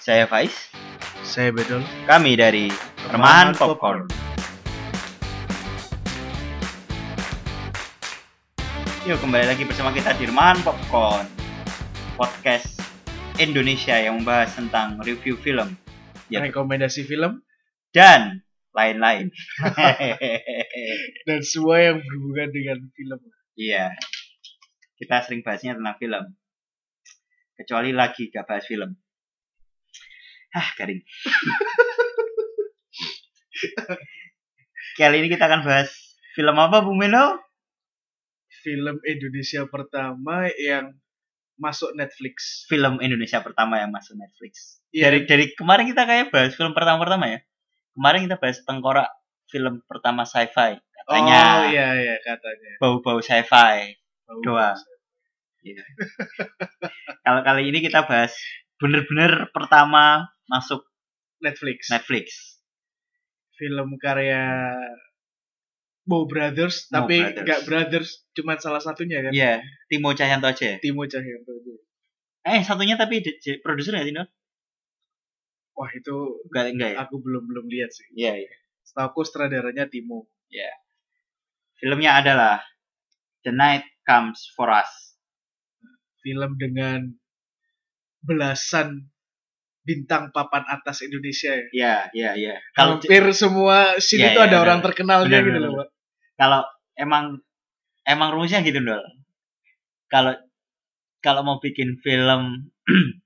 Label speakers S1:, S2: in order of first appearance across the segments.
S1: Saya Faiz,
S2: Saya Bedol.
S1: kami dari Remahan Popcorn. Yuk kembali lagi bersama kita di Remahan Popcorn, podcast Indonesia yang membahas tentang review film Ya.
S2: Rekomendasi film
S1: dan lain-lain.
S2: dan semua yang berhubungan dengan film.
S1: Iya, kita sering bahasnya tentang film, kecuali lagi gak bahas film. Hah, garing. Kali ini kita akan bahas film apa, Bung Mino?
S2: Film Indonesia pertama yang masuk Netflix.
S1: film Indonesia pertama yang masuk Netflix.
S2: Iya.
S1: Dari dari kemarin kita kayak bahas film pertama-pertama ya. Kemarin kita bahas tengkorak film pertama sci-fi katanya
S2: Oh iya iya katanya.
S1: bau-bau sci-fi.
S2: Bau-
S1: Doa. Kalau kali ini kita bahas bener-bener pertama masuk
S2: Netflix.
S1: Netflix.
S2: Film karya Bow Brothers,
S1: Bow
S2: tapi
S1: Brothers.
S2: nggak brothers, cuman salah satunya kan.
S1: Iya, Timo Cahyanto aja.
S2: Timo Cahyanto. aja.
S1: Eh, satunya tapi di- di- produser nggak sih, Nur?
S2: Wah itu
S1: Enggak, enggak ya?
S2: aku belum belum lihat sih.
S1: Iya, iya.
S2: Setahu aku sutradaranya Timo.
S1: Filmnya adalah The Night Comes For Us.
S2: Film dengan belasan bintang papan atas Indonesia ya.
S1: Iya, iya, iya. Kalau
S2: hampir semua sini
S1: Iya,
S2: tuh
S1: iya,
S2: ada
S1: benar.
S2: orang terkenalnya
S1: Benar,
S2: gitu
S1: benar,
S2: loh pak
S1: kalau emang emang rumusnya gitu dol kalau kalau mau bikin film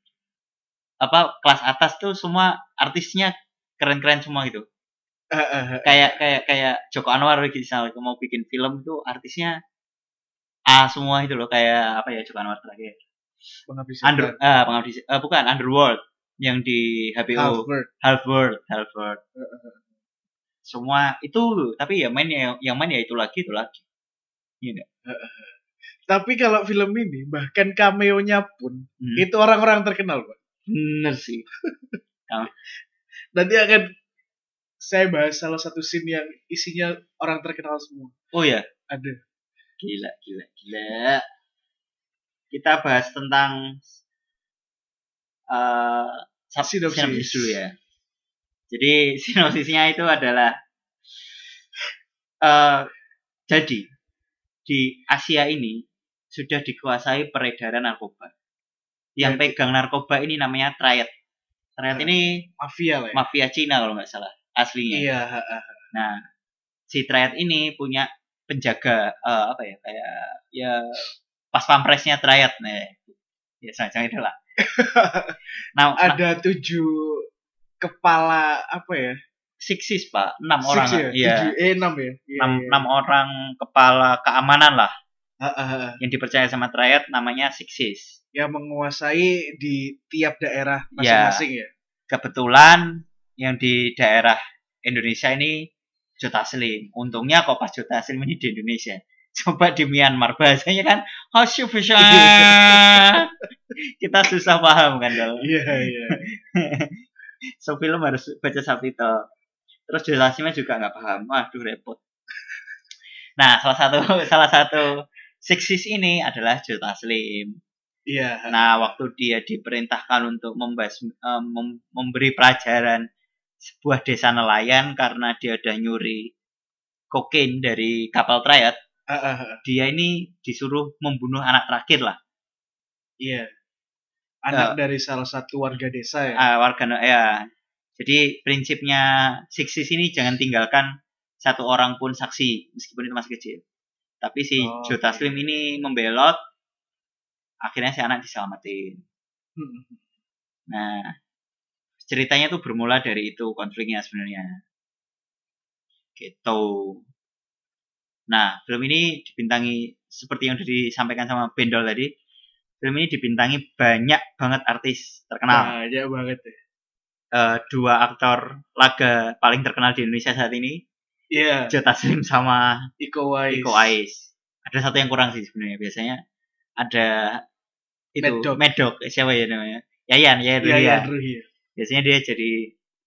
S1: apa kelas atas tuh semua artisnya keren-keren semua gitu
S2: Ah, ah, ah.
S1: kayak kayak kayak Joko Anwar gitu misalnya mau bikin film tuh artisnya A semua itu loh kayak apa ya Joko Anwar terakhir
S2: penghabisan
S1: Under eh, pengabdi eh, bukan Underworld yang di HBO
S2: Albert
S1: Half Eh, World Half World semua itu tapi ya main ya yang main ya itu lagi itu lagi
S2: tapi kalau film ini bahkan cameo-nya pun
S1: Hmm.
S2: itu orang-orang terkenal pak
S1: Bener sih.
S2: nanti akan saya bahas salah satu scene yang isinya orang terkenal semua
S1: Oh ya,
S2: ada
S1: gila, gila, gila. Kita bahas tentang eh sab-
S2: Sinopsis.
S1: sinopsis dulu ya. Jadi sinopsisnya itu adalah eh jadi di Asia ini sudah dikuasai peredaran narkoba. Yang
S2: Jadi-
S1: pegang narkoba ini namanya triad. Triad
S2: Hmm.
S1: ini
S2: mafia lah ya
S1: mafia Cina kalau nggak salah aslinya.
S2: iya ah, ah.
S1: Nah, si Triad ini punya penjaga eh, apa ya kayak ya pas pampresnya Triad nih. Ya semacam itu lah. nah, nah,
S2: ada tujuh kepala apa ya
S1: siksis Pak, enam
S2: Six
S1: orang.
S2: ya?
S1: Iya.
S2: Tujuh, eh enam ya Iya,
S1: Enam,
S2: iya.
S1: enam orang kepala keamanan lah
S2: Ah, ah, ah.
S1: yang dipercaya sama Triad namanya siksis.
S2: yang menguasai di tiap daerah
S1: Iya.
S2: masing-masing ya
S1: Kebetulan yang di daerah Indonesia ini Jota Slim. Untungnya kok pas Jota Slim ini di Indonesia. Coba di Myanmar bahasanya kan Hoshufisha. Kita susah paham kan kalau.
S2: iya iya
S1: So film harus baca subtitle. Terus Jota Slimnya juga nggak paham. Waduh repot. Nah, salah satu salah satu seksis ini adalah Jota Slim.
S2: iya
S1: Nah, waktu dia diperintahkan untuk membas, eh, mem- memberi pelajaran sebuah desa nelayan karena dia udah nyuri kokain dari kapal trayat,
S2: Ah, ah, ah.
S1: dia ini disuruh membunuh anak terakhir lah,
S2: Iya. Anak dari salah satu warga desa ya.
S1: eh, warga no- ya. Jadi prinsipnya Sixis ini jangan tinggalkan satu orang pun saksi meskipun itu masih kecil. Tapi si
S2: Oh,
S1: Joe Taslim ini membelot, akhirnya si anak diselamatin.
S2: Hmm.
S1: Nah, ceritanya tuh bermula dari itu konfliknya sebenarnya. Gitu. Nah, film ini dibintangi seperti yang udah disampaikan sama Bendol tadi. Film ini dibintangi banyak banget artis terkenal.
S2: Banyak banget ya.
S1: Eh, dua aktor laga paling terkenal di Indonesia saat ini,
S2: Iya.
S1: Joe Taslim sama
S2: Iko Uwais.
S1: Iko Ais. Ada satu yang kurang sih sebenarnya. Biasanya ada itu
S2: Mad Dog.
S1: Medok siapa ya namanya? Yayan, Yayan
S2: Iya,
S1: Ruhian.
S2: iya, Ruhi.
S1: Biasanya dia jadi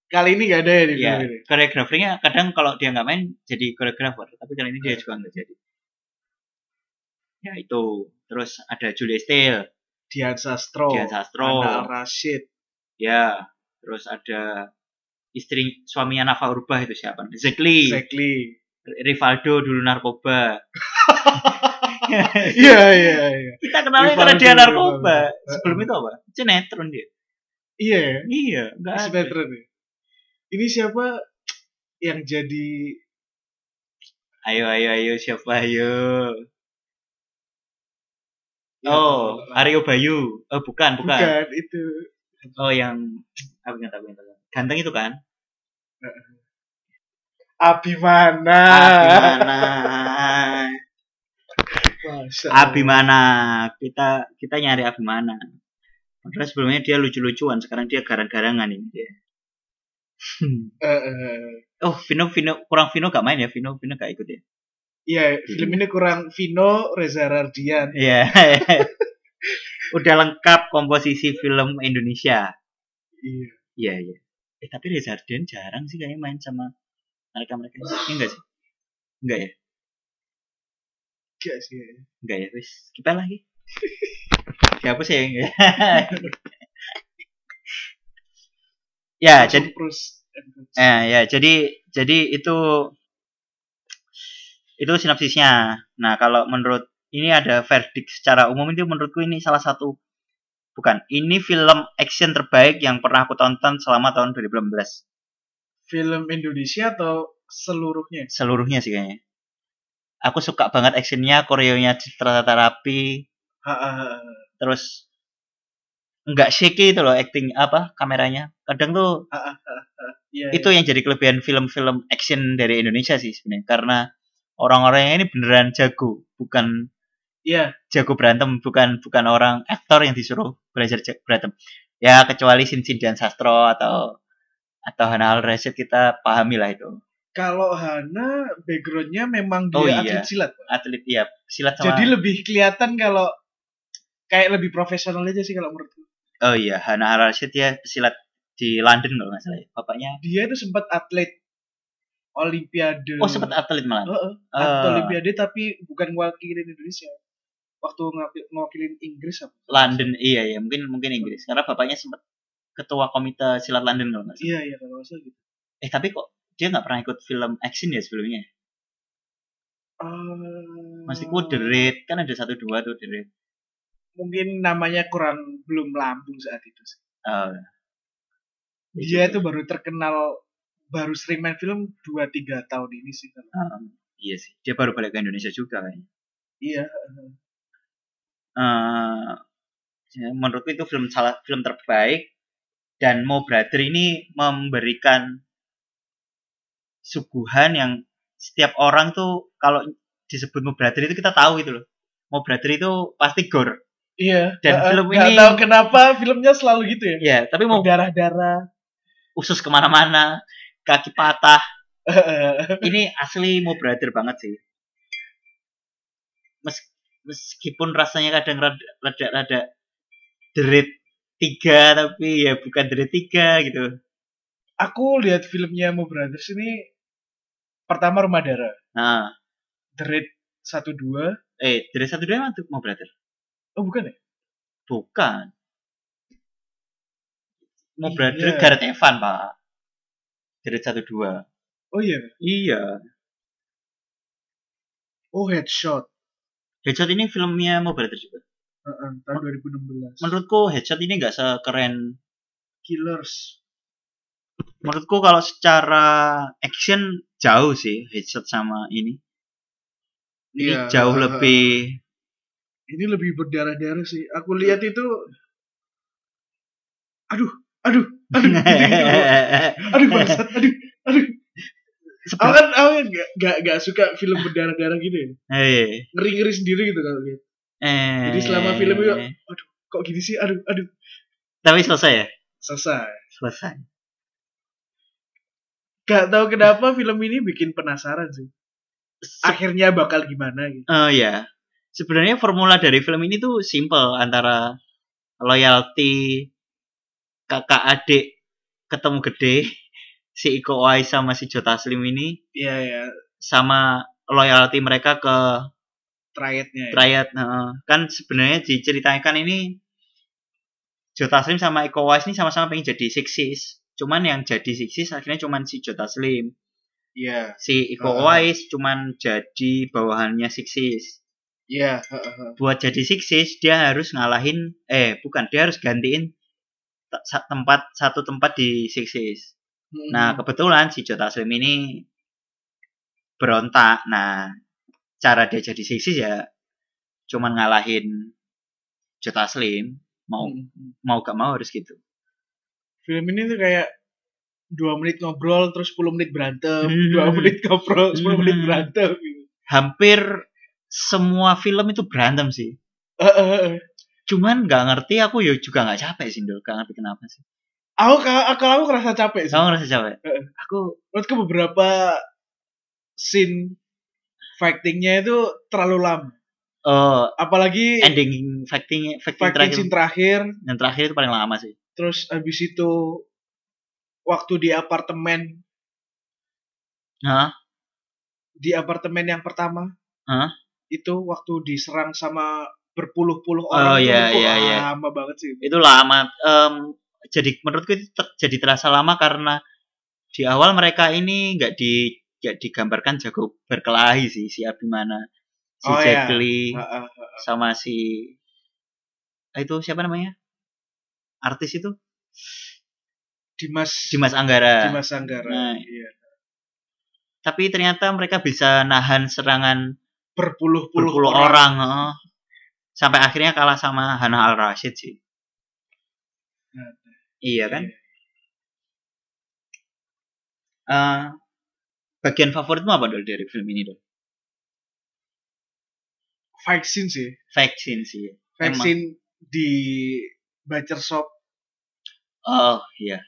S2: Kali ini gak ada ya di
S1: Iya,
S2: film ini.
S1: koreografernya kadang kalau dia nggak main jadi koreografer, tapi kali ini dia
S2: Hmm.
S1: juga nggak jadi. Ya itu. Terus ada Julia Steele,
S2: Dian Sastro.
S1: Dian Sastro,
S2: Anal Rashid.
S1: ya terus ada istri suaminya Nafa Urbah itu siapa Zekli
S2: Exactly.
S1: Rivaldo dulu narkoba
S2: Iya iya iya.
S1: kita kenalnya
S2: Rivaldo
S1: karena dia
S2: dulu
S1: narkoba
S2: narkoba.
S1: sebelum itu apa sinetron dia
S2: Iya. ya.
S1: iya enggak ada.
S2: Sinetron ya. Ini siapa yang jadi
S1: ayo ayo ayo siapa
S2: Iya,
S1: ayo
S2: Ya,
S1: oh
S2: kalau-
S1: Aryo Bayu oh bukan bukan,
S2: bukan itu
S1: oh yang aku ingat aku ingat aku ingat. ganteng itu kan
S2: Abimana.
S1: Abimana
S2: Masya Allah.
S1: Abimana kita kita nyari Abimana padahal sebelumnya dia lucu-lucuan sekarang dia garang-garangan ini dia Hmm.
S2: Eh, eh.
S1: oh Vino Vino kurang Vino gak main ya Vino Vino gak ikut ya
S2: Iya, film ini kurang Vino Reza Rardian.
S1: Iya. udah lengkap komposisi film Indonesia
S2: Iya.
S1: iya iya eh tapi Reza Ardian jarang sih kayaknya main sama mereka mereka ini enggak sih enggak ya
S2: Gak sih.
S1: enggak ya wis kita lagi siapa sih yang ya jadi
S2: terus
S1: Eh, ya, jadi jadi itu itu sinopsisnya. Nah, kalau menurut ini ada verdict secara umum itu menurutku ini salah satu bukan, ini film action terbaik yang pernah aku tonton selama tahun 2018.
S2: film Indonesia atau seluruhnya?
S1: Seluruhnya sih kayaknya. Aku suka banget actionnya, koreonya citra terapi,
S2: Ha, ha, ha, ha.
S1: terus nggak shaky itu loh acting apa kameranya. Kadang tuh
S2: Iya.
S1: itu yang jadi kelebihan film-film action dari Indonesia sih sebenarnya karena orang-orangnya ini beneran jago bukan
S2: Iya.
S1: jago berantem bukan bukan orang aktor yang disuruh belajar ja- berantem ya kecuali Sin Sin dan Sastro atau atau Hana Al Rashid kita pahami lah itu
S2: Kalau Hana backgroundnya memang dia
S1: Oh, iya.
S2: atlet silat.
S1: atlet ya silat sama
S2: Jadi lebih kelihatan kalau kayak lebih profesional aja sih kalau menurutku.
S1: oh iya Hana Al Rashid ya silat di London kalau nggak salah ya. bapaknya
S2: Dia itu sempat atlet Olimpiade.
S1: oh sempat atlet malah
S2: Heeh, Hmm. atlet
S1: Eh,
S2: Olimpiade tapi bukan mewakilin Indonesia. Waktu ngawakil- ngewakilin Inggris apa?
S1: London iya ya mungkin mungkin Inggris karena bapaknya sempat ketua komite silat London kalau nggak salah
S2: Iya iya kalau nggak salah gitu.
S1: Eh tapi kok dia nggak pernah ikut film action ya sebelumnya?
S2: Ah,
S1: Maksudku The Raid kan ada satu dua tuh The Raid.
S2: mungkin namanya kurang belum lambung saat itu sih.
S1: Eh,
S2: Dia
S1: itu.
S2: Iya, itu baru terkenal baru sering main film 2 3 tahun ini sih. kalau-
S1: eh, iya sih. Dia baru balik ke Indonesia juga kayaknya.
S2: Iya,
S1: Eh, ya, menurutku itu film salah film terbaik dan Mo Brother ini memberikan suguhan yang setiap orang tuh kalau disebut Mo Brother itu kita tahu itu loh. Mo Brother itu pasti gore.
S2: iya.
S1: Dan
S2: Heeh,
S1: film
S2: nggak
S1: ini-
S2: tahu kenapa filmnya selalu gitu ya.
S1: Ya, tapi mau
S2: Darah-darah.
S1: usus kemana-mana, kaki patah, ini asli mau brother banget sih. Mes- meskipun rasanya kadang rada rada, rada derit tiga tapi ya bukan derit tiga gitu.
S2: Aku lihat filmnya Mo Brothers ini pertama Rumah Darah,
S1: Nah,
S2: The Raid 1 2.
S1: eh derit satu dua emang tuh mau brother?
S2: Oh, bukan ya?
S1: Bukan. Mau
S2: Iya.
S1: brother Gareth Evan pak. Derit satu dua.
S2: Oh iya.
S1: Iya.
S2: Oh, Headshot.
S1: Headshot ini filmnya mau brother juga.
S2: Heeh, tahun 2016.
S1: Menurutku headshot ini nggak sekeren
S2: Killers.
S1: menurutku kalau secara action jauh sih headshot sama ini ini
S2: Iya,
S1: jauh
S2: eh,
S1: lebih
S2: Ini lebih berdarah-darah sih. Aku lihat itu Aduh, aduh, aduh. gitu-gitu. aduh, bangsat, aduh. Aku
S1: Sebelum-
S2: kan aku kan gak, gak, gak suka film berdarah-darah gitu ya.
S1: eh,
S2: Ngeri-ngeri sendiri gitu kalau lihat.
S1: eh.
S2: Jadi selama film itu, Kok gini sih? Aduh, aduh.
S1: tapi selesai ya
S2: Selesai.
S1: selesai
S2: Gak tahu kenapa film ini bikin penasaran sih.
S1: Se-
S2: Akhirnya bakal gimana gitu.
S1: oh ya sebenarnya formula dari film ini tuh simple antara loyalty kakak adik ketemu gede si Iko Uwais sama si Jota Slim ini
S2: Iya ya,
S1: sama loyalty mereka ke
S2: triadnya ya.
S1: Triad, heeh. kan sebenarnya diceritakan ini Joe kan Taslim sama Iko Uwais ini sama-sama pengen jadi sixes. Cuman yang jadi sixes akhirnya cuman si Joe Taslim.
S2: Iya.
S1: Si Iko
S2: Heeh.
S1: Uwais cuman jadi bawahannya sixes.
S2: Iya. heeh.
S1: Buat jadi sixes dia harus ngalahin eh bukan dia harus gantiin te- sa- tempat satu tempat di sixes.
S2: Hmm,
S1: Nah, kebetulan si Jota Slim ini berontak. Nah, cara dia jadi seksi ya cuman ngalahin Jota Slim. Mau
S2: Hmm.
S1: mau gak mau harus gitu.
S2: film ini tuh kayak dua menit ngobrol terus 10 menit berantem,
S1: Hmm.
S2: dua menit ngobrol 10
S1: Hmm.
S2: menit berantem. gitu.
S1: Hampir semua film itu berantem sih.
S2: Heeh, heeh.
S1: Cuman nggak ngerti aku ya juga nggak capek sih, Ndol. Nggak ngerti kenapa sih.
S2: Aku kalau aku, aku ngerasa capek sih.
S1: Kamu ngerasa capek?
S2: Heeh.
S1: Aku
S2: Menurutku beberapa scene fightingnya itu terlalu lama.
S1: eh,
S2: Apalagi
S1: ending fighting fighting
S2: fighting
S1: terakhir
S2: scene terakhir,
S1: yang terakhir itu paling lama sih.
S2: terus habis itu waktu di apartemen
S1: Hah?
S2: di apartemen yang pertama
S1: Hah?
S2: itu waktu diserang sama berpuluh-puluh
S1: Oh,
S2: orang tuh,
S1: iya,
S2: kok
S1: iya, iya.
S2: lama banget sih
S1: itu lama Em, jadi menurutku itu ter- jadi terasa lama karena di awal mereka ini nggak di nggak digambarkan jago berkelahi sih si Abimana si
S2: Oh, iya.
S1: Jack Lee,
S2: Heeh.
S1: sama si eh, itu siapa namanya artis itu
S2: Dimas
S1: Dimas Anggara
S2: Dimas Anggara
S1: Nah.
S2: iya.
S1: tapi ternyata mereka bisa nahan serangan
S2: berpuluh-puluh
S1: berpuluh orang, heeh. sampai akhirnya kalah sama Hannah Al Rashid sih
S2: Nah.
S1: iya kan
S2: Iya.
S1: Eh, bagian favoritmu apa dol dari film ini dol
S2: vaksin sih
S1: vaksin sih
S2: vaksin di Butcher Shop
S1: oh iya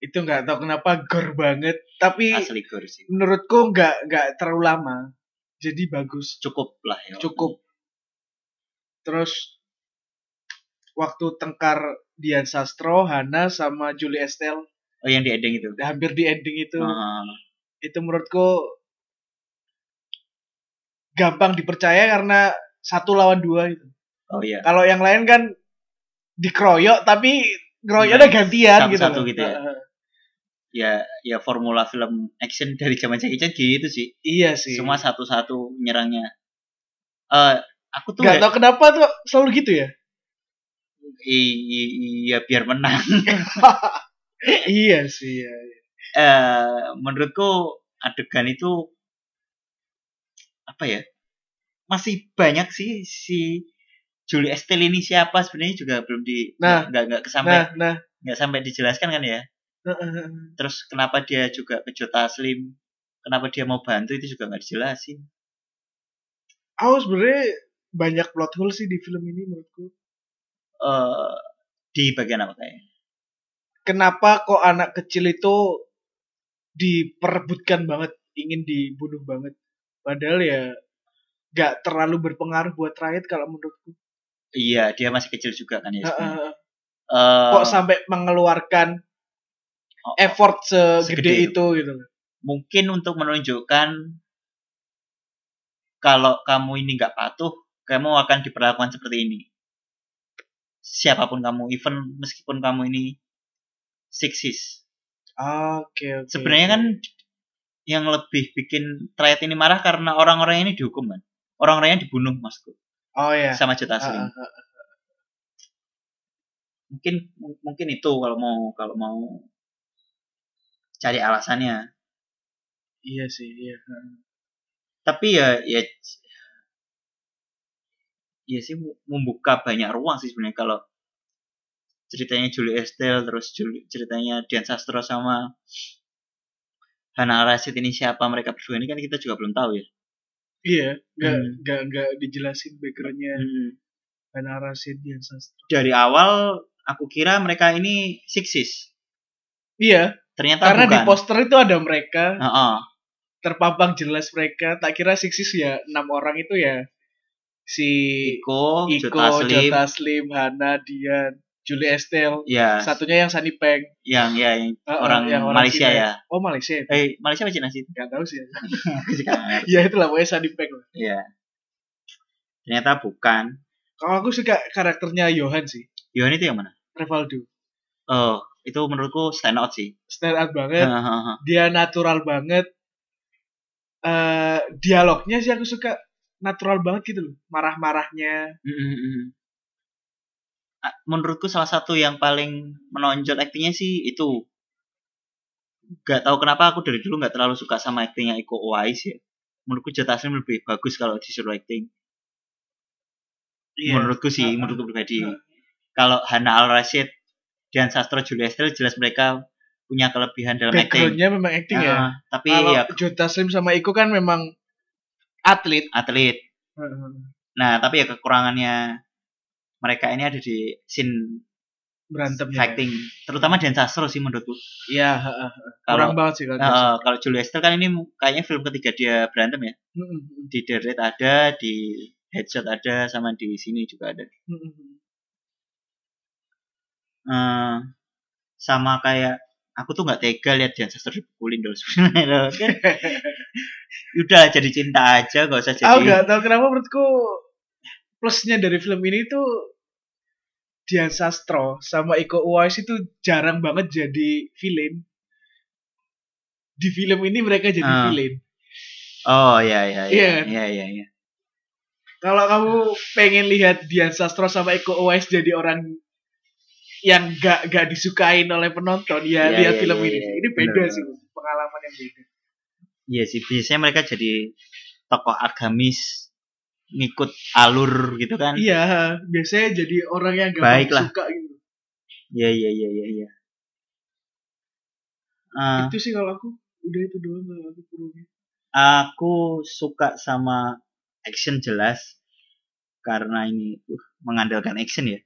S2: itu nggak tahu kenapa gor banget tapi
S1: asli gore sih
S2: menurutku nggak nggak terlalu lama jadi bagus
S1: cukup lah ya
S2: cukup terus waktu tengkar Dian Sastro Hana sama Julie Estelle
S1: oh yang di ending itu Ah,
S2: hampir di ending itu
S1: Heeh.
S2: itu menurutku gampang dipercaya karena satu lawan dua itu
S1: oh iya
S2: Kalau yang lain kan dikeroyok tapi ngeroyoknya
S1: Iya,
S2: gantian
S1: satu-
S2: gitu.
S1: satu
S2: loh.
S1: gitu ya.
S2: Heeh.
S1: ya ya formula film action dari zaman Jackie Chan gitu sih
S2: Iya sih.
S1: semua satu-satu nyerangnya eh aku tuh
S2: Gak tau kenapa tuh selalu gitu ya.
S1: I- i- iya biar menang
S2: iya sih. Iya. iya.
S1: eh menurutku adegan itu apa ya masih banyak sih si Julie Estelle ini siapa sebenarnya juga belum di
S2: Nah.
S1: nggak nggak nggak sampai
S2: Nah, nah.
S1: nggak sampai dijelaskan kan ya
S2: heeh.
S1: terus kenapa dia juga ke Jota Slim kenapa dia mau bantu itu juga nggak dijelasin
S2: Aku sebenarnya banyak plot hole sih di film ini menurutku.
S1: eh di bagian apa kayaknya
S2: Kenapa kok anak kecil itu diperebutkan banget, ingin dibunuh banget. Padahal ya gak terlalu berpengaruh buat rakyat kalau menurutku.
S1: iya dia masih kecil juga kan ya sebenarnya.
S2: Heeh.
S1: Eh,
S2: Kok sampai mengeluarkan
S1: oh, oh.
S2: effort segede
S1: Segede itu.
S2: itu gitu.
S1: mungkin untuk menunjukkan kalau kamu ini nggak patuh, kamu akan diperlakukan seperti ini. Siapapun kamu, even meskipun kamu ini seksis.
S2: Oke, oke.
S1: Sebenarnya kan
S2: iya.
S1: yang lebih bikin Triad ini marah karena orang-orang ini dihukum kan. Orang-orangnya dibunuh maksudku
S2: Oh ya.
S1: sama Jota
S2: Ah,
S1: Slim.
S2: ah, ah.
S1: Mungkin mungkin itu kalau mau kalau mau cari alasannya.
S2: Iya sih, iya. Ah.
S1: tapi ya ya ya sih mu- membuka banyak ruang sih sebenarnya kalau ceritanya Julie Estelle terus Juli- ceritanya Dian Sastro sama Hana Rashid ini siapa mereka berdua ini kan kita juga belum tahu ya
S2: Iya, nggak
S1: Hmm.
S2: nggak nggak dijelasin backgroundnya dan narasi Dian Sastro.
S1: dari awal aku kira mereka ini sixes
S2: Iya,
S1: ternyata Ah,
S2: karena
S1: bukan
S2: di poster itu ada mereka,
S1: Heeh.
S2: terpampang jelas mereka. Tak kira Sixis ya enam orang itu ya si
S1: Iko,
S2: Iko,
S1: Jota Slim
S2: Jota Slim, Hana, Dian, Julie Estelle.
S1: ya
S2: Satunya yang Sunny Peng.
S1: yang ya yang
S2: Ah, ah,
S1: orang
S2: yang orang
S1: Malaysia
S2: Cina.
S1: ya
S2: Oh Malaysia, ya?
S1: eh Malaysia apa Cina sih
S2: nggak tahu sih.
S1: Aku juga nggak ngerti.
S2: ya itulah pokoknya Sunny Peng. lah.
S1: Iya. Ternyata bukan.
S2: Kalau aku suka karakternya Johan sih.
S1: Yohan itu yang mana?
S2: Revaldo
S1: Oh, itu menurutku stand out sih.
S2: stand out banget
S1: Hahaha.
S2: dia natural banget eh dialognya sih aku suka natural banget gitu loh marah-marahnya
S1: Mm-mm-mm. Mm-hmm. Ah, Menurutku salah satu yang paling menonjol aktingnya sih itu. Gak tahu kenapa aku dari dulu gak terlalu suka sama aktingnya Iko Uwais ya. Menurutku Joe Taslim lebih bagus kalau disuruh acting.
S2: Iya.
S1: Menurutku sih,
S2: Heeh.
S1: menurutku pribadi.
S2: Heeh.
S1: Kalau Hana Al Rashid, Dian Sastro, Julia Estelle jelas mereka punya kelebihan dalam acting.
S2: backgroundnya memang acting ya
S1: Ah, tapi
S2: kalau
S1: ya
S2: Jota Slim sama Iko kan memang atlet
S1: atlet.
S2: Heeh.
S1: Nah, tapi ya kekurangannya mereka ini ada di scene
S2: berantemnya
S1: fighting, terutama Dan Sastro sih menurutku.
S2: Iya, heeh. kurang
S1: Kalau
S2: banget sih kalau Jota Slim.
S1: eh, kalau Julia Estelle kan ini mu- kayaknya film ketiga dia berantem ya.
S2: Heeh,
S1: Di Deret ada, di Headshot ada, sama di sini juga ada.
S2: heeh, heeh.
S1: Eh, sama kayak aku tuh nggak tega lihat Dan Sastro dipukulin dong sebenarnya. Dol. Kan, Udah jadi cinta aja, gak usah
S2: Aku
S1: jadi.
S2: gak tau kenapa menurutku plusnya dari film ini tuh Dian Sastro sama Iko Uwais itu jarang banget jadi villain. Di film ini mereka jadi
S1: Ah.
S2: villain.
S1: Oh iya iya
S2: Iya.
S1: iya iya iya. iya.
S2: Kalau kamu pengen lihat Dian Sastro sama Iko Uwais jadi orang yang gak gak disukain oleh penonton ya
S1: Iya,
S2: lihat
S1: iya,
S2: film
S1: iya,
S2: ini.
S1: iya.
S2: Ini beda
S1: Bener.
S2: sih pengalaman yang beda.
S1: Iya sih, biasanya mereka jadi tokoh agamis ngikut alur gitu kan.
S2: Iya, biasanya jadi orang yang gak
S1: Baik lah.
S2: suka gitu.
S1: Iya iya iya iya iya. Ah,
S2: Itu sih kalau aku udah itu doang kalau aku kurungnya.
S1: aku suka sama action jelas karena ini uh, mengandalkan action ya.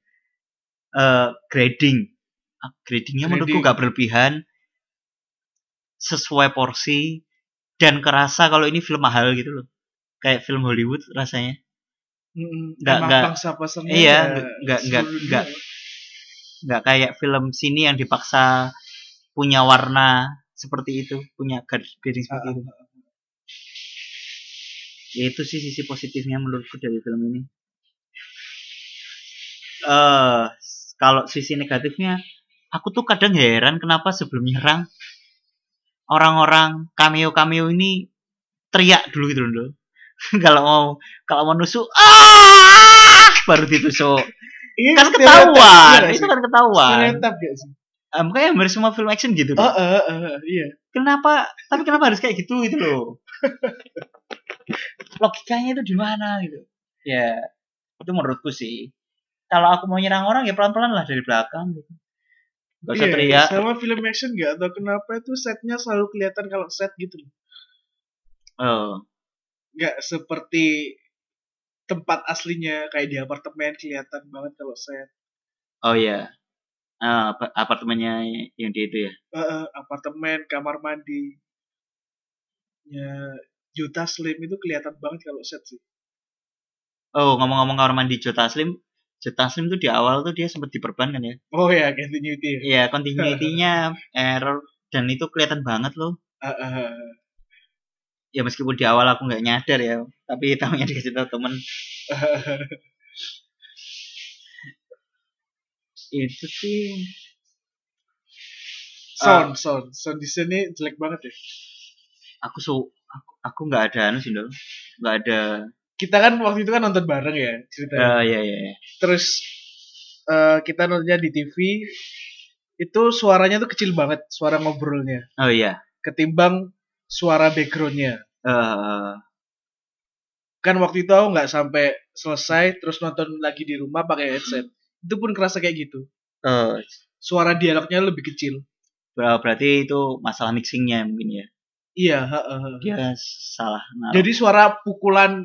S1: Eh grading, Ah, gradingnya menurutku
S2: Grading.
S1: gak berlebihan, sesuai porsi dan kerasa kalau ini film mahal gitu loh, kayak film Hollywood rasanya.
S2: Mm,
S1: Nggak-
S2: emang
S1: nggak-
S2: pangsa pasarnya
S1: iya,
S2: ya
S1: nggak- nggak-
S2: seluruh
S1: nggak-
S2: dunia.
S1: nggak kayak film sini yang dipaksa punya warna seperti itu punya gad- gading seperti itu Ya, itu sih sisi positifnya menurutku dari film ini eh s- kalau sisi negatifnya aku tuh kadang heran kenapa sebelum nyerang orang-orang cameo cameo ini teriak dulu gitu loh kalau mau kalau mau nusuk ah baru ditusuk
S2: Ini
S1: kan
S2: stereotip, iya
S1: ketahuan
S2: nggak
S1: itu
S2: sih?
S1: kan ketahuan
S2: stereotip gak sih
S1: Eh, makanya hampir semua film action gitu
S2: oh,
S1: loh.
S2: eh, eh, eh, iya
S1: Kenapa? Tapi kenapa harus kayak gitu itu loh? Logikanya itu di mana gitu? Ya, itu menurutku sih. Kalau aku mau nyerang orang ya pelan-pelan lah dari belakang gitu. Gak usah
S2: Iya,
S1: teriak.
S2: sama film action gak atau kenapa itu setnya selalu kelihatan kalau set gitu loh
S1: Oh,
S2: gak seperti tempat aslinya kayak di apartemen kelihatan banget kalau set
S1: oh ya. Ah, apa- apartemennya yang di itu ya.
S2: Eh, eh, apartemen kamar mandi ya Juta Slim itu kelihatan banget kalau set sih
S1: Oh, ngomong-ngomong kamar mandi Jota Slim, Jota Slim tuh di awal tuh dia sempat diperban kan ya.
S2: oh ya continuity
S1: Iya, continuity-nya error dan itu kelihatan banget loh.
S2: Eh, eh, eh.
S1: ya meskipun di awal aku nggak nyadar ya tapi tahunya dikasih tahu temen itu sih
S2: sound sound sound di sini jelek banget ya
S1: aku su aku aku nggak ada anu sih dong nggak ada
S2: kita kan waktu itu kan nonton bareng ya
S1: eh
S2: ceritanya.
S1: ya ya ya.
S2: Terus eh, kita nontonnya di TV itu suaranya tuh kecil banget suara ngobrolnya
S1: oh iya
S2: ketimbang suara backgroundnya.
S1: eh
S2: Kan waktu itu aku nggak sampai selesai terus nonton lagi di rumah pakai headset. Itu pun kerasa kayak gitu.
S1: eh
S2: Suara dialognya lebih kecil.
S1: ber- berarti itu masalah mixingnya mungkin ya
S2: Iya. heeh.
S1: dia salah naruh
S2: Jadi suara pukulan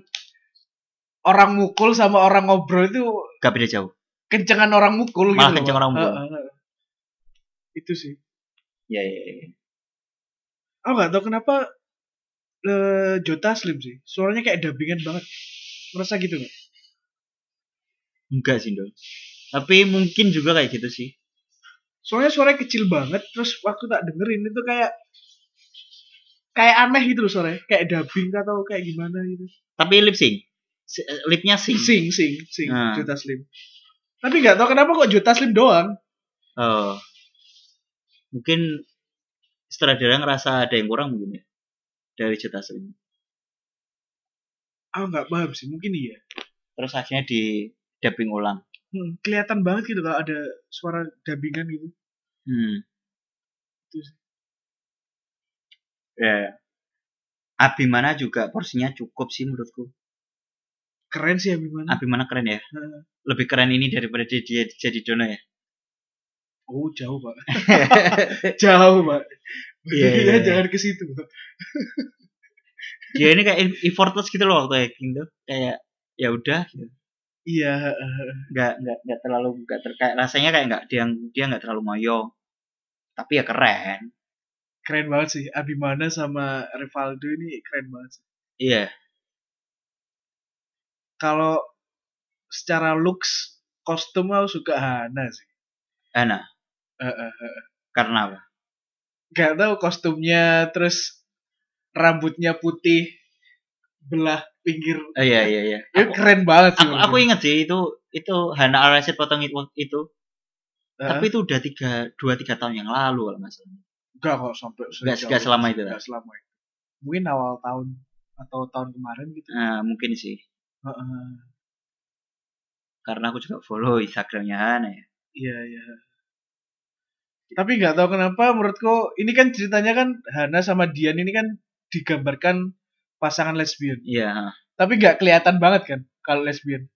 S2: orang mukul sama orang ngobrol itu
S1: gak beda jauh
S2: kencengan orang mukul
S1: Malah
S2: gitu.
S1: kenceng
S2: Pak.
S1: orang mukul.
S2: Heeh, heeh. Itu sih.
S1: ya ya, ya.
S2: aku gak tau kenapa eh Jota Slim sih suaranya kayak dubbingan banget merasa gitu gak?
S1: enggak sih dong tapi mungkin juga kayak gitu sih
S2: soalnya suaranya kecil banget terus waktu tak dengerin itu kayak kayak aneh gitu loh suaranya kayak dubbing atau kayak gimana gitu
S1: tapi lip sync Si- lipnya sync
S2: sing sing sing
S1: Hmm.
S2: Jota Slim tapi gak tau kenapa kok Jota Slim doang
S1: eh, mungkin sutradara ngerasa ada yang kurang mungkin ya dari cerita aslinya.
S2: aku Ah, nggak paham sih mungkin iya
S1: Terus akhirnya di dubbing ulang.
S2: Hmm, kelihatan banget gitu kalau ada suara dubbingan gitu
S1: Hmm.
S2: Itu sih.
S1: Ya. Abimana juga porsinya cukup sih menurutku.
S2: keren sih Abimana
S1: Abimana keren ya.
S2: Heeh.
S1: Lebih keren ini daripada dia, dia jadi Dono ya.
S2: oh jauh pak jauh pak
S1: Iya, iya,
S2: Iya,
S1: iya.
S2: jangan ke situ Pak.
S1: dia ini kayak effortless gitu loh waktu acting tuh. Kayak ya udah gitu.
S2: iya heeh.
S1: nggak nggak nggak terlalu nggak ter, kayak rasanya kayak nggak dia dia nggak terlalu moyo tapi ya keren
S2: keren banget sih Abimana sama Rivaldo ini keren banget sih
S1: iya
S2: kalau secara looks kostum aku suka Hana sih
S1: Hana
S2: Heeh.
S1: karena apa
S2: gak tahu kostumnya terus rambutnya putih belah pinggir
S1: Eh, iya iya iya
S2: itu
S1: aku,
S2: keren banget Ya, sih
S1: aku, aku ingat sih itu itu Hana Arasid potong itu, itu. tapi itu udah tiga dua tiga tahun yang lalu kalau nggak salah
S2: enggak kok sampai
S1: Nggak-
S2: sejauh
S1: nggak selama itu,
S2: nggak selama itu mungkin awal tahun atau tahun kemarin gitu
S1: Eh, mungkin sih
S2: Heeh.
S1: karena aku juga follow Instagramnya Hana ya
S2: iya iya tapi nggak tahu kenapa menurutku ini kan ceritanya kan Hana sama Dian ini kan digambarkan pasangan lesbian
S1: iya
S2: tapi nggak kelihatan banget kan kalau lesbian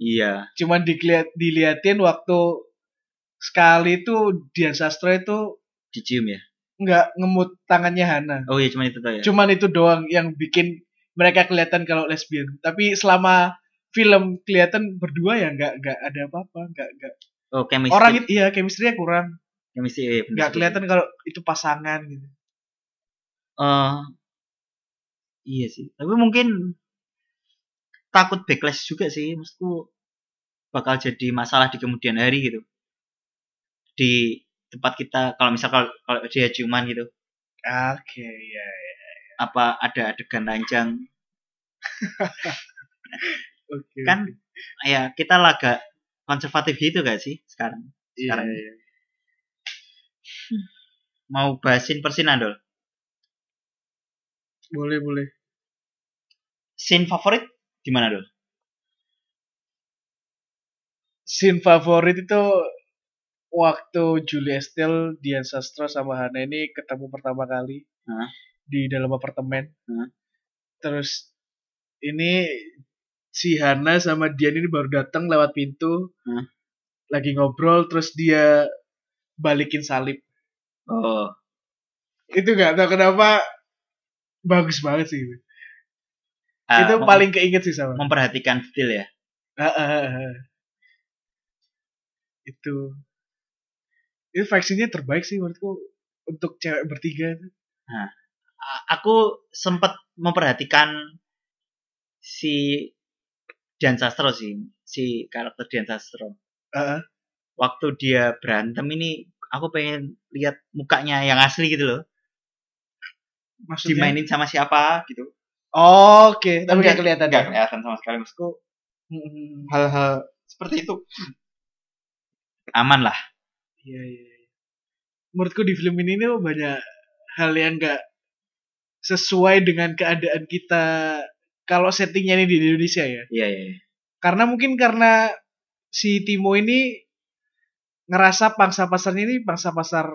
S1: iya
S2: cuman dilihat diliatin waktu sekali itu Dian Sastro itu
S1: dicium ya
S2: nggak ngemut tangannya Hana.
S1: oh iya cuma itu tuh ya
S2: Cuman itu doang yang bikin mereka kelihatan kalau lesbian. Tapi selama film kelihatan berdua ya nggak nggak ada apa-apa, nggak nggak
S1: oh chemistry
S2: orang itu iya chemistry-nya kurang,
S1: chemistry iya, bener
S2: nggak
S1: sih.
S2: kelihatan kalau itu pasangan gitu.
S1: eh iya sih. Tapi mungkin takut backlash juga sih. Maksudku bakal jadi masalah di kemudian hari gitu. Di tempat kita kalau misal kalau, kalau dia ciuman gitu,
S2: Oke, ya, ya.
S1: apa ada adegan ranjang
S2: Oke.
S1: kan ya kita laga konservatif gitu gak sih sekarang
S2: iya,
S1: sekarang.
S2: iya.
S1: mau bahasin persinan dol
S2: Boleh, boleh.
S1: scene favorit gimana dol
S2: Scene favorit itu waktu Julie Estelle, Dian Sastro sama Hana ini ketemu pertama kali
S1: Hah?
S2: di dalam apartemen.
S1: Hah?
S2: Terus ini si Hana sama Dian ini baru datang lewat pintu,
S1: Hah?
S2: lagi ngobrol, terus dia balikin salib.
S1: oh
S2: Itu gak tau kenapa bagus banget sih. itu. itu paling keinget sih sama.
S1: Ah, memperhatikan detail ya
S2: Ah, ah, ah, ah. itu itu vaksinnya terbaik sih menurutku untuk cewek bertiga itu.
S1: A- aku sempat memperhatikan si Dian Sastro sih, si karakter Dian Sastro.
S2: Ah, ah.
S1: Waktu dia berantem ini, aku pengen lihat mukanya yang asli gitu loh.
S2: maksudnya
S1: Dimainin sama siapa gitu.
S2: Oh, oke tapi Hmm, nggak kelihatan
S1: Gak
S2: ya?
S1: kelihatan sama sekali maksudku.
S2: Mm-mm.
S1: Hal-hal seperti itu. Aman lah.
S2: iya iya iya. menurutku di film ini tuh banyak hal yang nggak sesuai dengan keadaan kita kalau settingnya ini di Indonesia ya
S1: Iya, iya. iya.
S2: karena mungkin karena si Timo ini ngerasa pangsa pasarnya ini pangsa pasar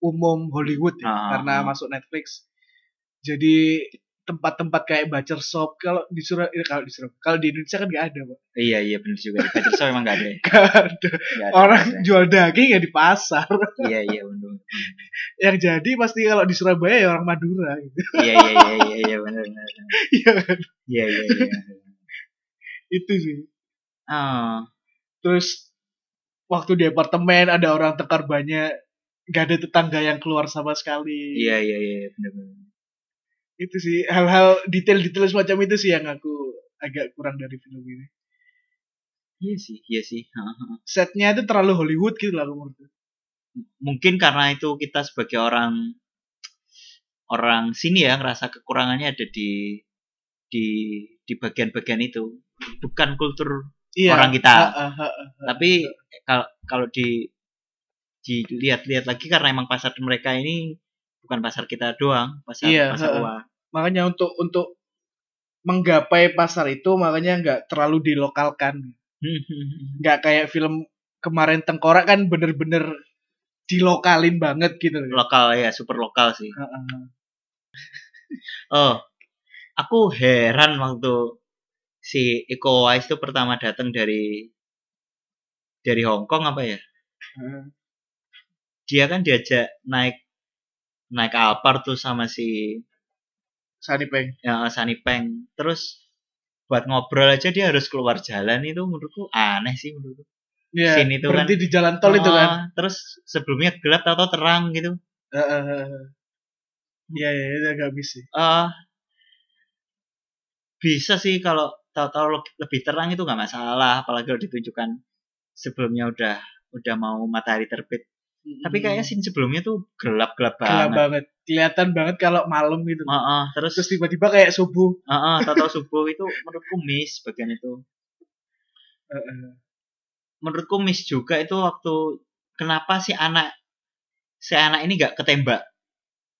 S2: umum Hollywood ya,
S1: Ah.
S2: karena masuk Netflix. Jadi tempat-tempat kayak Butcher Shop kalau di Surab eh, kalau di Surab- kalau di Indonesia kan gak ada, Pak.
S1: Iya, iya benar juga. Baca so emang gak ada. ya.
S2: Nggak ada.
S1: Nggak ada,
S2: Orang
S1: nggak ada.
S2: jual daging ya di pasar.
S1: Iya, iya benar.
S2: Yang jadi pasti kalau di Surabaya ya orang Madura gitu.
S1: Iya, iya, iya, iya, iya benar. benar.
S2: Iya kan?
S1: Iya, iya, iya.
S2: Itu sih.
S1: Oh,
S2: Terus waktu di apartemen ada orang tekar banyak, gak ada tetangga yang keluar sama sekali.
S1: iya, iya, iya benar. benar.
S2: itu sih hal-hal detail-detail semacam itu sih yang aku agak kurang dari film ini.
S1: Iya sih, iya sih. Heeh.
S2: Setnya itu terlalu Hollywood gitu lah menurutku.
S1: Mungkin karena itu kita sebagai orang orang sini ya ngerasa kekurangannya ada di di di bagian-bagian itu. Bukan kultur
S2: Iya.
S1: Orang kita.
S2: Ha, ha, ha, ha.
S1: tapi kalau kalau di dilihat-lihat lagi karena emang pasar mereka ini bukan pasar kita doang, pasar
S2: Iya,
S1: pasar
S2: heeh.
S1: uang.
S2: makanya untuk untuk menggapai pasar itu makanya nggak terlalu dilokalkan nggak kayak film kemarin tengkorak kan bener-bener dilokalin banget gitu loh.
S1: lokal ya, super lokal sih.
S2: Heeh.
S1: Oh, aku heran waktu si Iko Uwais itu pertama datang dari dari Hong Kong apa ya?
S2: Heeh.
S1: Dia kan diajak naik naik Alphard tuh sama si
S2: Sani Peng
S1: ya, Sunny Peng. Terus buat ngobrol aja dia harus keluar jalan itu menurutku aneh sih menurutku.
S2: ya,
S1: Scene itu
S2: berhenti di jalan tol itu kan
S1: Ah, Terus sebelumnya gelap atau terang gitu.
S2: Heeh. Iya, iya, iya, agak habis sih.
S1: eh bisa sih kalau tahu-tahu le- lebih terang itu nggak masalah apalagi kalau ditunjukkan sebelumnya udah udah mau matahari terbit tapi kayaknya scene sebelumnya tuh gelap-gelap
S2: Hmm. gelap
S1: banget
S2: banget. Kelihatan banget kalau malam gitu.
S1: Heeh, terus
S2: Terus tiba-tiba kayak subuh.
S1: heeh, tahu-tahu subuh itu menurutku miss bagian itu
S2: Heeh.
S1: menurutku miss juga itu waktu kenapa si anak si anak ini nggak ketembak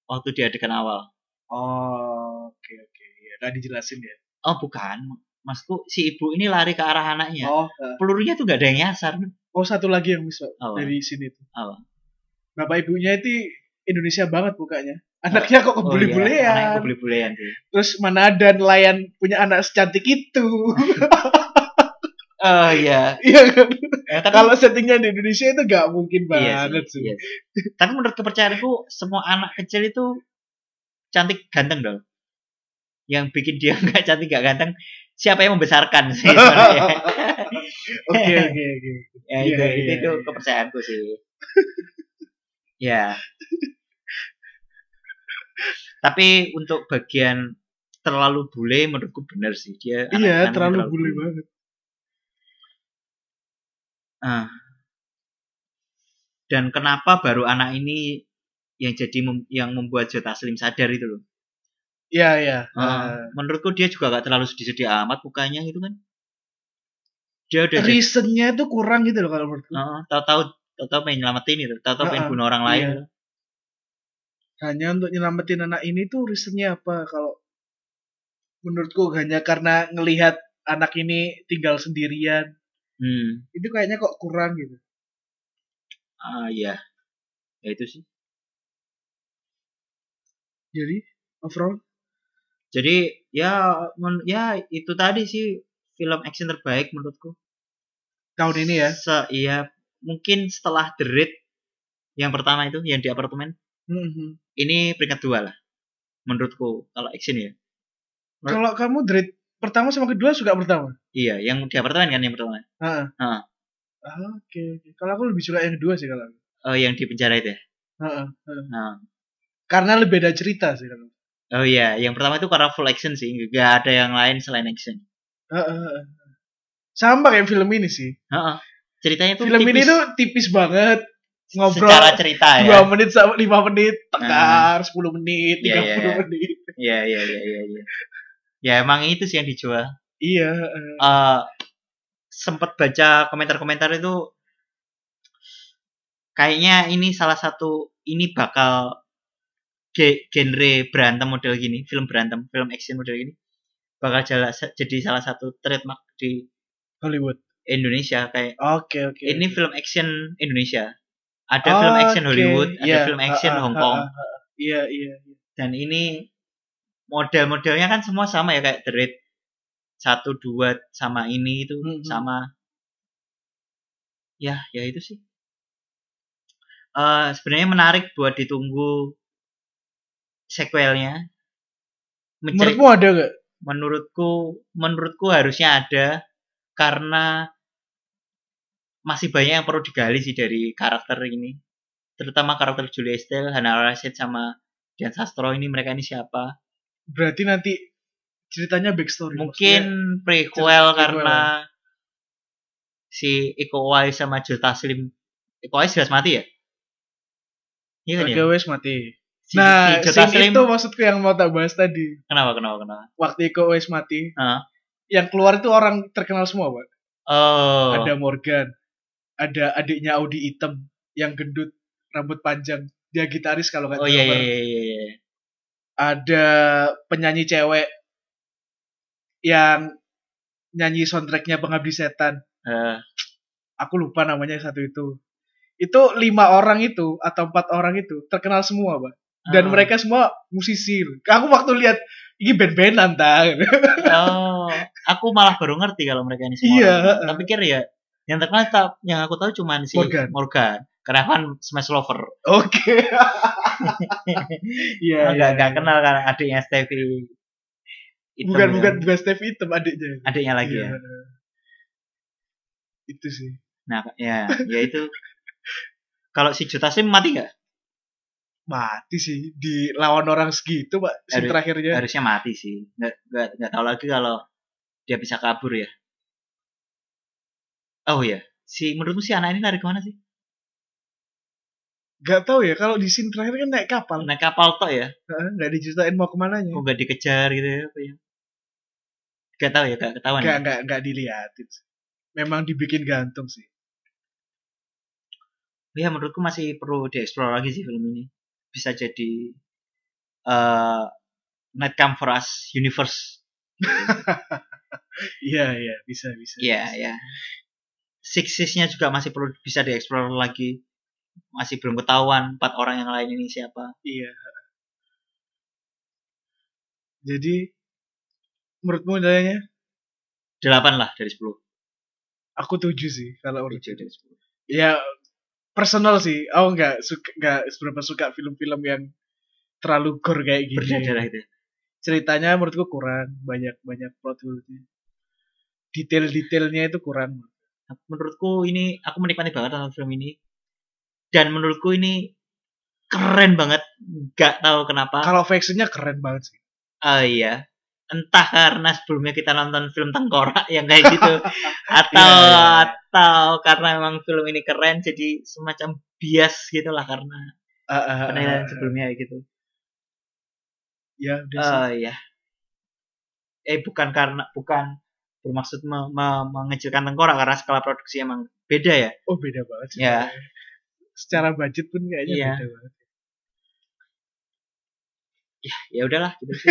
S1: waktu di adegan awal
S2: Oh, oke oke. Ya, tadi dijelasin ya.
S1: oh bukan maksudku si ibu ini lari ke arah anaknya
S2: Oh, heeh.
S1: pelurunya tuh nggak ada yang nyasar Oh,
S2: oh satu lagi yang miss Pak,
S1: Apa?
S2: dari sini tuh.
S1: Apa?
S2: Bapak ibunya itu Indonesia banget mukanya. Anaknya kok kebuli-bulian.
S1: Oh, iya. Anak yang kebuli-bulian sih.
S2: Terus mana ada nelayan punya anak secantik itu.
S1: Oh iya.
S2: Iya kan?
S1: Eh, tapi
S2: Kalau settingnya di Indonesia itu gak mungkin
S1: iya
S2: banget
S1: sih,
S2: sih.
S1: iya sih. Tapi menurut kepercayaanku semua anak kecil itu cantik ganteng dong. Yang bikin dia nggak cantik nggak ganteng siapa yang membesarkan sih sebenarnya.
S2: Oke oke oke.
S1: ya, itu,
S2: Iya,
S1: itu,
S2: iya,
S1: itu
S2: iya.
S1: kepercayaanku sih. ya. Tapi untuk bagian terlalu bule menurutku benar sih dia anak
S2: Iya,
S1: kanan
S2: terlalu bule banget.
S1: Ah. Dan kenapa baru anak ini yang jadi mem- yang membuat Joe Taslim sadar itu loh.
S2: Iya iya.
S1: Ah, menurutku dia juga gak terlalu sedih-sedih amat mukanya gitu kan. Dia udah jadi
S2: reasonnya Eh, itu kurang gitu loh kalau menurutku.
S1: Ah, tahu-tahu tahu-tahu pengen nyelamatin itu, tahu-tahu pengen
S2: Ah,
S1: bunuh orang lain.
S2: iya. Hanya untuk nyelamatin anak ini tuh reasonnya apa kalau menurutku hanya karena ngelihat anak ini tinggal sendirian
S1: Hmm.
S2: itu kayaknya kok kurang gitu.
S1: Ah, iya. Ya itu sih.
S2: Jadi overall
S1: Jadi ya men- ya itu tadi sih film action terbaik menurutku.
S2: tahun ini ya.
S1: Se- iya, mungkin setelah The Raid yang pertama itu yang di apartemen Mm-hmm.
S2: Mhm.
S1: ini peringkat dua lah menurutku kalau action ya Mer-
S2: Kalau kamu dari pertama sama kedua suka pertama.
S1: iya yang di apartemen kan yang pertama
S2: Heeh.
S1: Heeh.
S2: Ah, Oke. oke. Kalau aku lebih suka yang kedua sih kalau. aku.
S1: oh yang di penjara itu ya
S2: Heeh, heeh.
S1: Heeh.
S2: Karena lebih ada cerita sih kalau.
S1: oh iya yang pertama itu karena full action sih gak ada yang lain selain action
S2: Heeh, heeh. Sama kayak film ini sih.
S1: Heeh. ceritanya tuh
S2: film ini
S1: tipis
S2: tuh tipis banget ngobrol
S1: secara cerita ya
S2: dua menit sama lima menit tekar sepuluh menit
S1: Ah. Iya,
S2: tiga
S1: iya,
S2: puluh
S1: iya.
S2: menit
S1: iya iya iya iya iya ya emang itu sih yang dijual
S2: iya eh,
S1: Eh sempat baca komentar-komentar itu kayaknya ini salah satu ini bakal ge- genre berantem model gini, film berantem, film action model gini bakal jala- jadi salah satu trademark di
S2: Hollywood
S1: Indonesia kayak
S2: oke oke Oh,
S1: ini film action Indonesia. Ada film action
S2: Oke,
S1: Hollywood, ada
S2: iya.
S1: film action
S2: Ah, ah,
S1: Hong
S2: ah,
S1: Kong
S2: ah, ah. iya iya iya.
S1: dan ini model-modelnya kan semua sama ya kayak The Raid satu dua sama ini itu
S2: Mhm.
S1: sama ya ya itu sih Eh sebenarnya menarik buat ditunggu sequelnya Menceri-
S2: menurutmu ada gak
S1: menurutku menurutku harusnya ada karena masih banyak yang perlu digali sih dari karakter ini terutama karakter Julia Estelle, Hannah Arendt sama Dian Sastro ini mereka ini siapa
S2: berarti nanti ceritanya backstory
S1: mungkin prequel
S2: cerita
S1: karena
S2: ya?
S1: si Iko Uwais sama Joe Taslim Iko Uwais jelas mati ya iya kan ya
S2: Oke wes mati.
S1: si,
S2: Nah,
S1: si Joe
S2: scene
S1: Taslim
S2: itu maksudku yang mau tak bahas tadi.
S1: kenapa kenapa kenapa
S2: Waktu Iko wes mati,
S1: Hah?
S2: yang keluar itu orang terkenal semua, Pak.
S1: oh
S2: Ada Morgan, ada adiknya Audi Item, yang gendut rambut panjang dia gitaris kalau nggak
S1: Oh iya iya iya iya. iya.
S2: ada penyanyi cewek yang nyanyi soundtracknya Pengabdi Setan
S1: Eh,
S2: aku lupa namanya yang satu itu itu lima orang itu atau empat orang itu terkenal semua pak dan
S1: ah.
S2: mereka semua musisi aku waktu lihat ini band-bandan tang
S1: Oh, aku malah baru ngerti kalau mereka ini semua.
S2: Iya,
S1: orang.
S2: heeh.
S1: Tapi pikir ya yang terkenal tak- yang aku tahu cuman si
S2: Morgan.
S1: Morgan. Karena kan Smash Lover.
S2: Oke.
S1: Enggak
S2: Iya. iya,
S1: enggak
S2: iya.
S1: kenal kan adiknya Stevie. Hitam
S2: Bukan
S1: kan?
S2: bukan bukan Steve hitam adiknya.
S1: adiknya lagi
S2: Iya.
S1: ya.
S2: Itu sih.
S1: Nah, ya, ya itu. Kalau si Jutasim mati nggak?
S2: Mati sih dilawan orang segitu, Pak. Si
S1: Aduh.
S2: terakhirnya.
S1: Harusnya mati sih. Nggak nggak nggak tahu lagi kalau dia bisa kabur ya. Oh iya, si menurutmu si anak ini lari kemana sih?
S2: Gak tahu ya kalau di scene terakhir kan naik kapal.
S1: Naik kapal tok ya?
S2: Heeh, Gak diceritain mau kemananya.
S1: Kok nggak dikejar gitu ya? Apa ya? Gak tahu ya, gak ketahuan. ya?
S2: Gak gak gak diliatin. sih. Memang dibikin gantung sih.
S1: ya menurutku masih perlu dieksplor lagi sih film ini bisa jadi eh Night Come For Us Universe
S2: Iya iya bisa bisa.
S1: ya
S2: bisa.
S1: ya Six Sense-nya juga masih perlu bisa dieksplor lagi masih belum ketahuan empat orang yang lain ini siapa
S2: Iya. Jadi menurutmu nilainya?
S1: delapan lah dari sepuluh
S2: Aku tujuh sih kalau menurut
S1: Tujuh Oh, iya, dari sepuluh
S2: ya personal sih aku nggak suka nggak seberapa suka film-film yang terlalu gore kayak gini
S1: berdarah itu
S2: ceritanya menurutku kurang banyak banyak plot hole-nya detail-detailnya itu kurang
S1: menurutku ini aku menikmati banget nonton film ini dan menurutku ini keren banget nggak tahu kenapa
S2: kalau factionnya keren banget sih
S1: Oh iya. Entah karena sebelumnya kita nonton film tengkorak yang kayak gitu atau
S2: Iya, iya, iya.
S1: atau karena memang film ini keren jadi semacam bias gitulah karena
S2: Ah, ah, ah,
S1: penilaian
S2: ah.
S1: sebelumnya kayak gitu.
S2: ya udah sih.
S1: Oh iya. Eh bukan karena bukan bermaksud me- me- mengecilkan tengkorak karena skala produksi emang beda ya.
S2: oh beda banget sih
S1: Iya.
S2: secara budget pun kayaknya
S1: Iya.
S2: beda banget
S1: Ya udahlah gitu sih.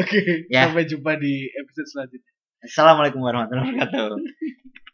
S2: oke
S1: Ya.
S2: sampai jumpa di episode selanjutnya
S1: Assalamualaikum warahmatullahi wabarakatuh.